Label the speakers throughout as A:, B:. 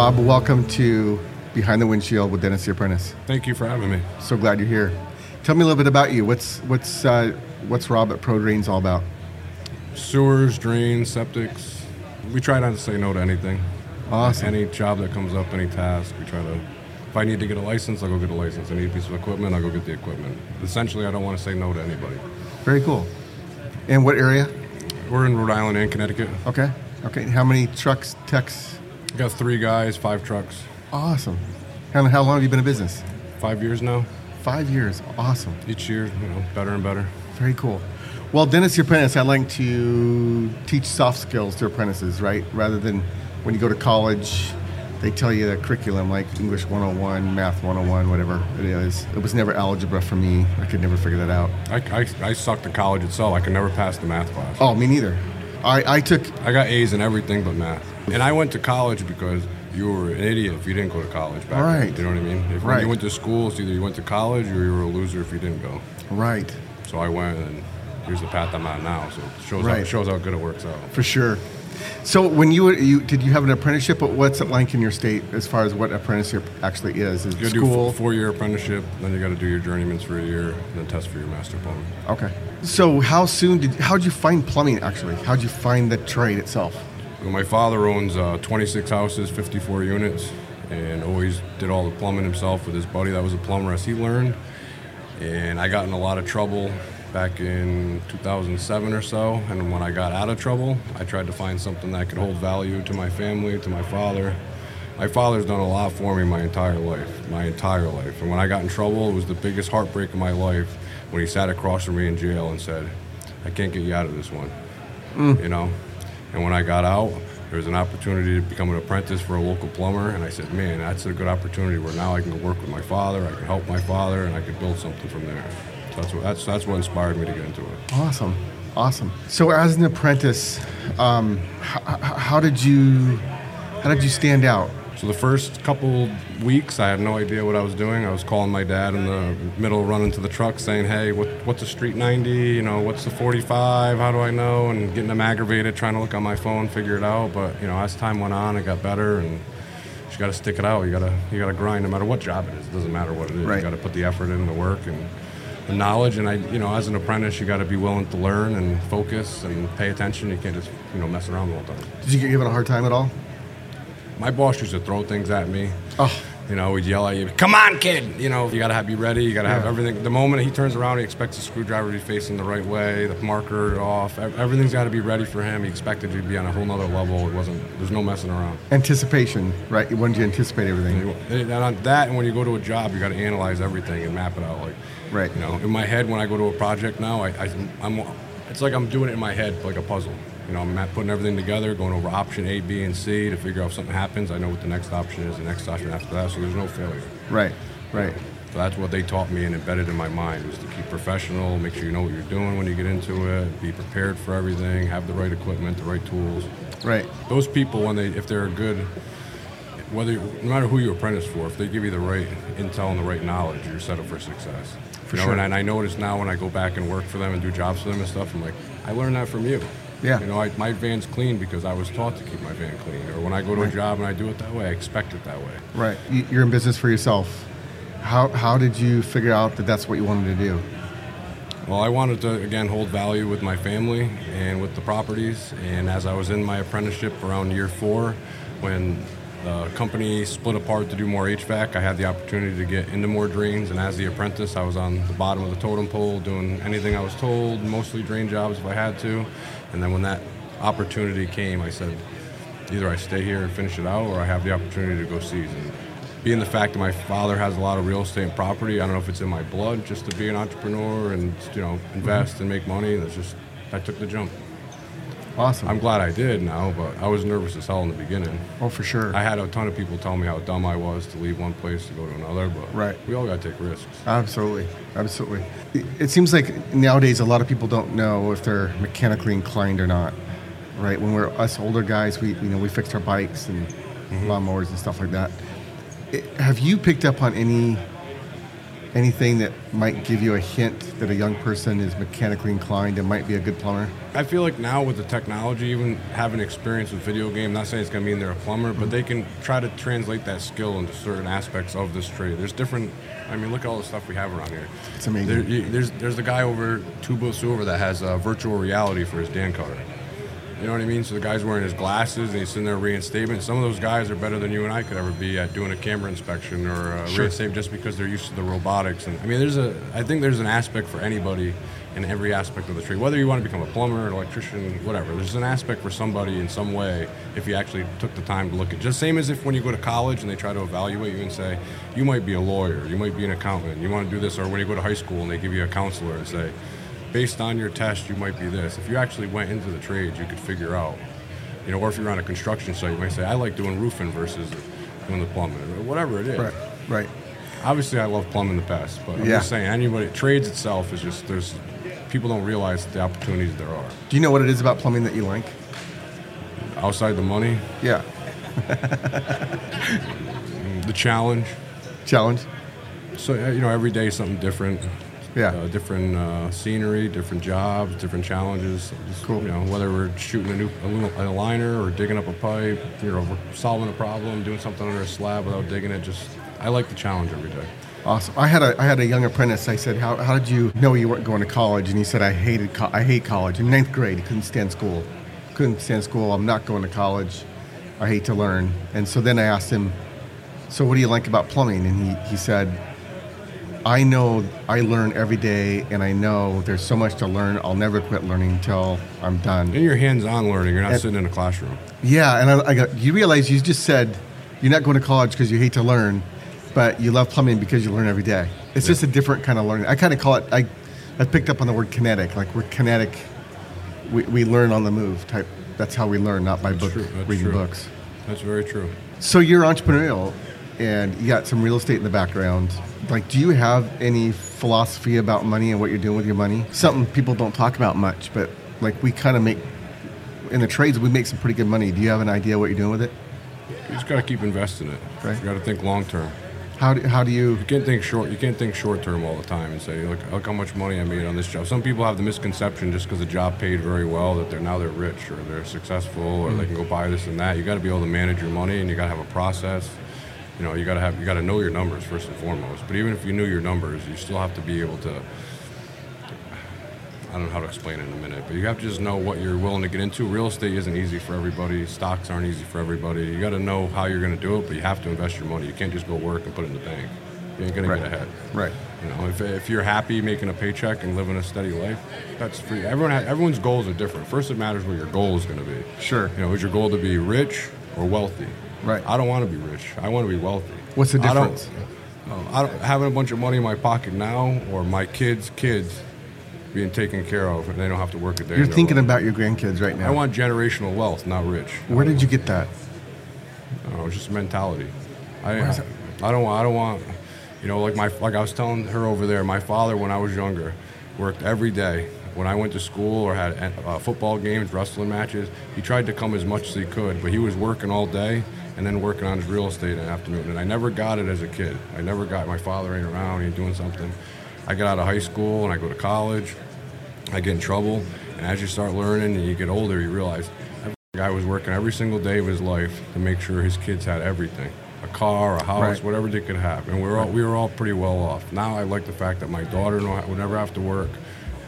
A: Bob, welcome to Behind the Windshield with Dennis the Apprentice.
B: Thank you for having me.
A: So glad you're here. Tell me a little bit about you. What's what's uh, what's Rob at Pro Drains all about?
B: Sewers, drains, septics. We try not to say no to anything.
A: Awesome.
B: Any job that comes up, any task, we try to. If I need to get a license, I'll go get a license. I need a piece of equipment, I'll go get the equipment. Essentially, I don't want to say no to anybody.
A: Very cool. And what area?
B: We're in Rhode Island and Connecticut.
A: Okay. Okay. How many trucks, techs?
B: We got three guys, five trucks,
A: Awesome. And how long have you been in business?
B: five years now.
A: Five years. Awesome.
B: Each year, you know, better and better.
A: Very cool. Well, Dennis, your apprentice, I like to teach soft skills to apprentices, right? Rather than when you go to college, they tell you the curriculum like English 101, Math 101, whatever it is. It was never algebra for me. I could never figure that out.
B: I, I, I sucked in college itself. I could never pass the math class.
A: Oh, me neither. I, I took,
B: I got A's in everything but math. And I went to college because you were an idiot if you didn't go to college back
A: Right.
B: then. You know what I mean? If
A: Right.
B: you went to school, it's either you went to college or you were a loser if you didn't go.
A: right,
B: So I went and here's the path I'm on now. So it shows, how,
A: Right.
B: shows how good it works out.
A: for sure. So when you, were, you did you have an apprenticeship? But what's it like in your state as far as what apprenticeship actually is? Is it
B: You gotta do
A: school?
B: a four year apprenticeship, then you gotta do your journeyman's for a year, and then test for your master diploma.
A: okay. So how soon did how'd you find plumbing actually? How'd you find the trade itself?
B: Well, My father owns uh, 26 houses, 54 units, and always did all the plumbing himself with his buddy that was a plumber as he learned. And I got in a lot of trouble back in 2007 or so. And when I got out of trouble, I tried to find something that could hold value to my family, to my father. My father's done a lot for me my entire life, my entire life. And when I got in trouble, it was the biggest heartbreak of my life when he sat across from me in jail and said, I can't get you out of this one you know. And when I got out, there was an opportunity to become an apprentice for a local plumber, and I said, "Man, that's a good opportunity where now I can work with my father, I can help my father, and I can build something from there." So that's what that's that's what inspired me to get into it.
A: Awesome, awesome. So, as an apprentice, um, h- h- how did you how did you stand out?
B: So the first couple weeks, I had no idea what I was doing. I was calling my dad in the middle, of running to the truck, saying, "Hey, what, what's a street 90? You know, what's the 45? How do I know?" And getting them aggravated, trying to look on my phone, figure it out. But you know, as time went on, it got better, and you got to stick it out. You got to you got to grind, no matter what job it is. It doesn't matter what it is.
A: Right.
B: You got to put the effort in, the work, and the knowledge. And I, you know, as an apprentice, you got to be willing to learn and focus and pay attention. You can't just you know mess around the whole time.
A: Did you get given a hard time at all?
B: My boss used to throw things at me.
A: Oh.
B: You know, he'd yell at you, come on, kid! You know, you gotta have, be ready, you gotta have everything. The moment he turns around, he expects the screwdriver to be facing the right way, the marker off, ev- everything's gotta be ready for him. He expected you to be on a whole nother level. It wasn't, there's no messing around.
A: Anticipation, right? You wanted to anticipate everything.
B: You- And on that, and when you go to a job, you gotta analyze everything and map it out. Like,
A: Right.
B: You know, in my head, when I go to a project now, I, I, I'm, it's like I'm doing it in my head like a puzzle. You know, I'm not putting everything together, going over option A, B, and C to figure out if something happens. I know what the next option is, the next option after that, so there's no failure.
A: Right, right.
B: So that's what they taught me and embedded in my mind was to keep professional, make sure you know what you're doing when you get into it, be prepared for everything, have the right equipment, the right tools.
A: Right,
B: Those people, when they if they're good, whether no matter who you apprentice for, if they give you the right intel and the right knowledge, you're set up for success.
A: For
B: you know,
A: sure.
B: and, I- and I notice now when I go back and work for them and do jobs for them and stuff, I'm like, I learned that from you.
A: Yeah.
B: You know, I, my van's clean because I was taught to keep my van clean. Or when I go to a job and I do it that way, I expect it that way.
A: right. You- You're in business for yourself. How how did you figure out that that's what you wanted to do?
B: Well, I wanted to again hold value with my family and with the properties. And as I was in my apprenticeship around year four, when the company split apart to do more HVAC, I had the opportunity to get into more drains. And as the apprentice, I was on the bottom of the totem pole doing anything I was told, mostly drain jobs if I had to. And then when that opportunity came, I said, either I stay here and finish it out, or I have the opportunity to go season. Being the fact that my father has a lot of real estate and property, I don't know if it's in my blood just to be an entrepreneur and you know invest and make money. That's just I took the jump.
A: Awesome.
B: I'm glad I did now, but I was nervous as hell in the beginning.
A: oh, for sure.
B: I had a ton of people tell me how dumb I was to leave one place to go to another, but
A: Right.
B: we all got to take risks.
A: Absolutely, absolutely. It- It seems like nowadays a lot of people don't know if they're mechanically inclined or not, right? When we're us older guys, we you know we fixed our bikes and
B: Mm-hmm.
A: lawnmowers and stuff like that. It- have you picked up on any anything that might give you a hint that a young person is mechanically inclined and might be a good plumber?
B: I feel like now with the technology, even having experience with video game, not saying it's going to mean they're a plumber, but they can try to translate that skill into certain aspects of this trade. There's different. I mean, look at all the stuff we have around here.
A: It's amazing.
B: There, you, there's there's the guy over two booths over that has uh, virtual reality for his Dan card. You know what I mean? So the guy's wearing his glasses and he's sitting there reading statements. Some of those guys are better than you and I could ever be at doing a camera inspection or uh,
A: Sure.
B: reading statement just because they're used to the robotics. And I mean, there's a I think there's an aspect for anybody in every aspect of the trade. Whether you want to become a plumber, an electrician, whatever, there's an aspect for somebody in some way if you actually took the time to look at. Just same as if when you go to college and they try to evaluate you and say you might be a lawyer, you might be an accountant, you want to do this, or when you go to high school and they give you a counselor and say based on your test, you might be this. If you actually went into the trades, you could figure out. You know, or if you're on a construction site, you might say, I like doing roofing versus doing the plumbing, or whatever it is.
A: Right, right.
B: Obviously, I love plumbing the best, but I'm
A: Yeah.
B: just saying, anybody, trades itself is just, there's, people don't realize the opportunities there are.
A: Do you know what it is about plumbing that you like?
B: Outside the money,
A: Yeah.
B: the challenge.
A: Challenge?
B: So, uh, you know, every day something different.
A: Yeah.
B: Uh, different uh, scenery, different jobs, different challenges. Just,
A: Cool.
B: You know, whether we're shooting a new a, lu- a liner or digging up a pipe, you know, we're solving a problem, doing something under a slab without digging it. Just, I like the challenge every day.
A: Awesome. I had a I had a young apprentice. I said, "How, how did you know you weren't going to college?" And he said, "I hated co- I hate college. In ninth grade, he couldn't stand school. Couldn't stand school. I'm not going to college. I hate to learn." And so then I asked him, "So what do you like about plumbing?" And he, he said, "I know I learn every day, and I know there's so much to learn. I'll never quit learning until I'm done."
B: And you're hands-on learning. You're not sitting in a classroom.
A: Yeah, and I, I got you realize you just said you're not going to college because you hate to learn, but you love plumbing because you learn every day. It's just a different kind of learning. I kind of call it. I I picked up on the word kinetic. Like we're kinetic. We, we learn on the move type. That's how we learn, not by book
B: true, that's
A: reading
B: true.
A: books.
B: That's very true.
A: So you're entrepreneurial, and you got some real estate in the background. Like, do you have any philosophy about money and what you're doing with your money? Something people don't talk about much, but like we kind of make in the trades, we make some pretty good money. Do you have an idea what you're doing with it?
B: You just got to keep investing in it.
A: Right.
B: You got to think long-term.
A: How do, how do you?
B: You can't think short. You can't think short term all the time and say, look, look how much money I made on this job. Some people have the misconception just because the job paid very well that they're now they're rich or they're successful or they can go buy this and that. You got to be able to manage your money and you got to have a process. You know, you got to have you got to know your numbers first and foremost. But even if you knew your numbers, you still have to be able to. I don't know how to explain it in a minute, but you have to just know what you're willing to get into. Real estate isn't easy for everybody. Stocks aren't easy for everybody. You got to know how you're going to do it, but you have to invest your money. You can't just go work and put it in the bank. You ain't going to get ahead.
A: Right.
B: You know, if, if you're happy making a paycheck and living a steady life, that's free. Everyone ha everyone's goals are different. First, it matters what your goal is going to be.
A: Sure.
B: You know, is your goal to be rich or wealthy?
A: Right.
B: I don't want to be rich. I want to be wealthy.
A: What's the
B: I don't-
A: difference?
B: um, I don't, having a bunch of money in my pocket now, or my kids' kids being taken care of, and they don't have to work a day. in
A: You're
B: their
A: thinking
B: life.
A: about your grandkids right now.
B: I want generational wealth, not rich.
A: Where did you get that?
B: I don't know, Oh, it's just mentality. I, I don't want, I don't want, you know, like my, like I was telling her over there, my father when I was younger worked every day. When I went to school or had uh, football games, wrestling matches, he tried to come as much as he could, but he was working all day and then working on his real estate in the afternoon. And I never got it as a kid. I never got my father ain't around, ain't doing something. I get out of high school and I go to college. I get in trouble. And as you start learning and you get older, you realize that guy was working every single day of his life to make sure his kids had everything a car, a house,
A: Right.
B: whatever they could have. And we were, all, we were all pretty well off. Now I like the fact that my daughter no- would never have to work.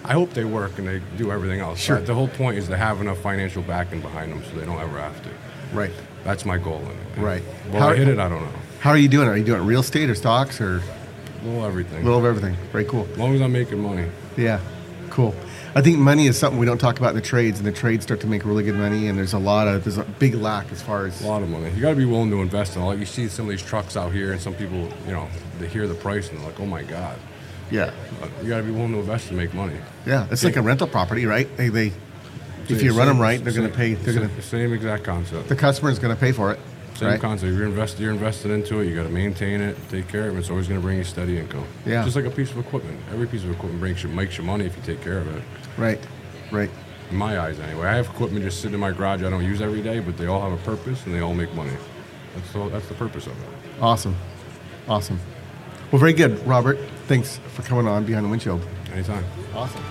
B: I hope they work and they do everything else.
A: Sure.
B: But the whole point is to have enough financial backing behind them so they don't ever have to.
A: Right.
B: That's my goal in it.
A: Right.
B: Well,
A: How-
B: I hit it, I don't know.
A: How are you doing? Are you doing real estate or stocks or
B: A little everything.
A: a little of everything? Very cool.
B: as long as I'm making money.
A: Yeah, cool. I think money is something we don't talk about in the trades, and the trades start to make really good money. And there's a lot of there's a big lack as far as
B: A lot of money. You got to be willing to invest in it. Like you see some of these trucks out here, and some people, you know, they hear the price and they're like, "Oh my god!"
A: yeah,
B: But you got to be willing to invest to make money.
A: yeah. It's like a rental property, right? They, they if
B: Same-
A: you run them
B: same-
A: right, they're going
B: same-
A: to pay. They're
B: same-
A: going to
B: same exact concept.
A: the customer's going to pay for it,
B: same
A: right?
B: concept. You're invested. You're invested into it. You got to maintain it, take care of it. It's always going to bring you steady income.
A: Yeah.
B: Just like a piece of equipment. Every piece of equipment brings you makes you money if you take care of it.
A: Right, right.
B: In my eyes, anyway. I have equipment just sitting in my garage. I don't use every day, but they all have a purpose and they all make money. That's the, that's the purpose of it.
A: Awesome, awesome. Well, very good, Robert. Thanks for coming on Behind the Windshield.
B: Anytime.
A: Awesome.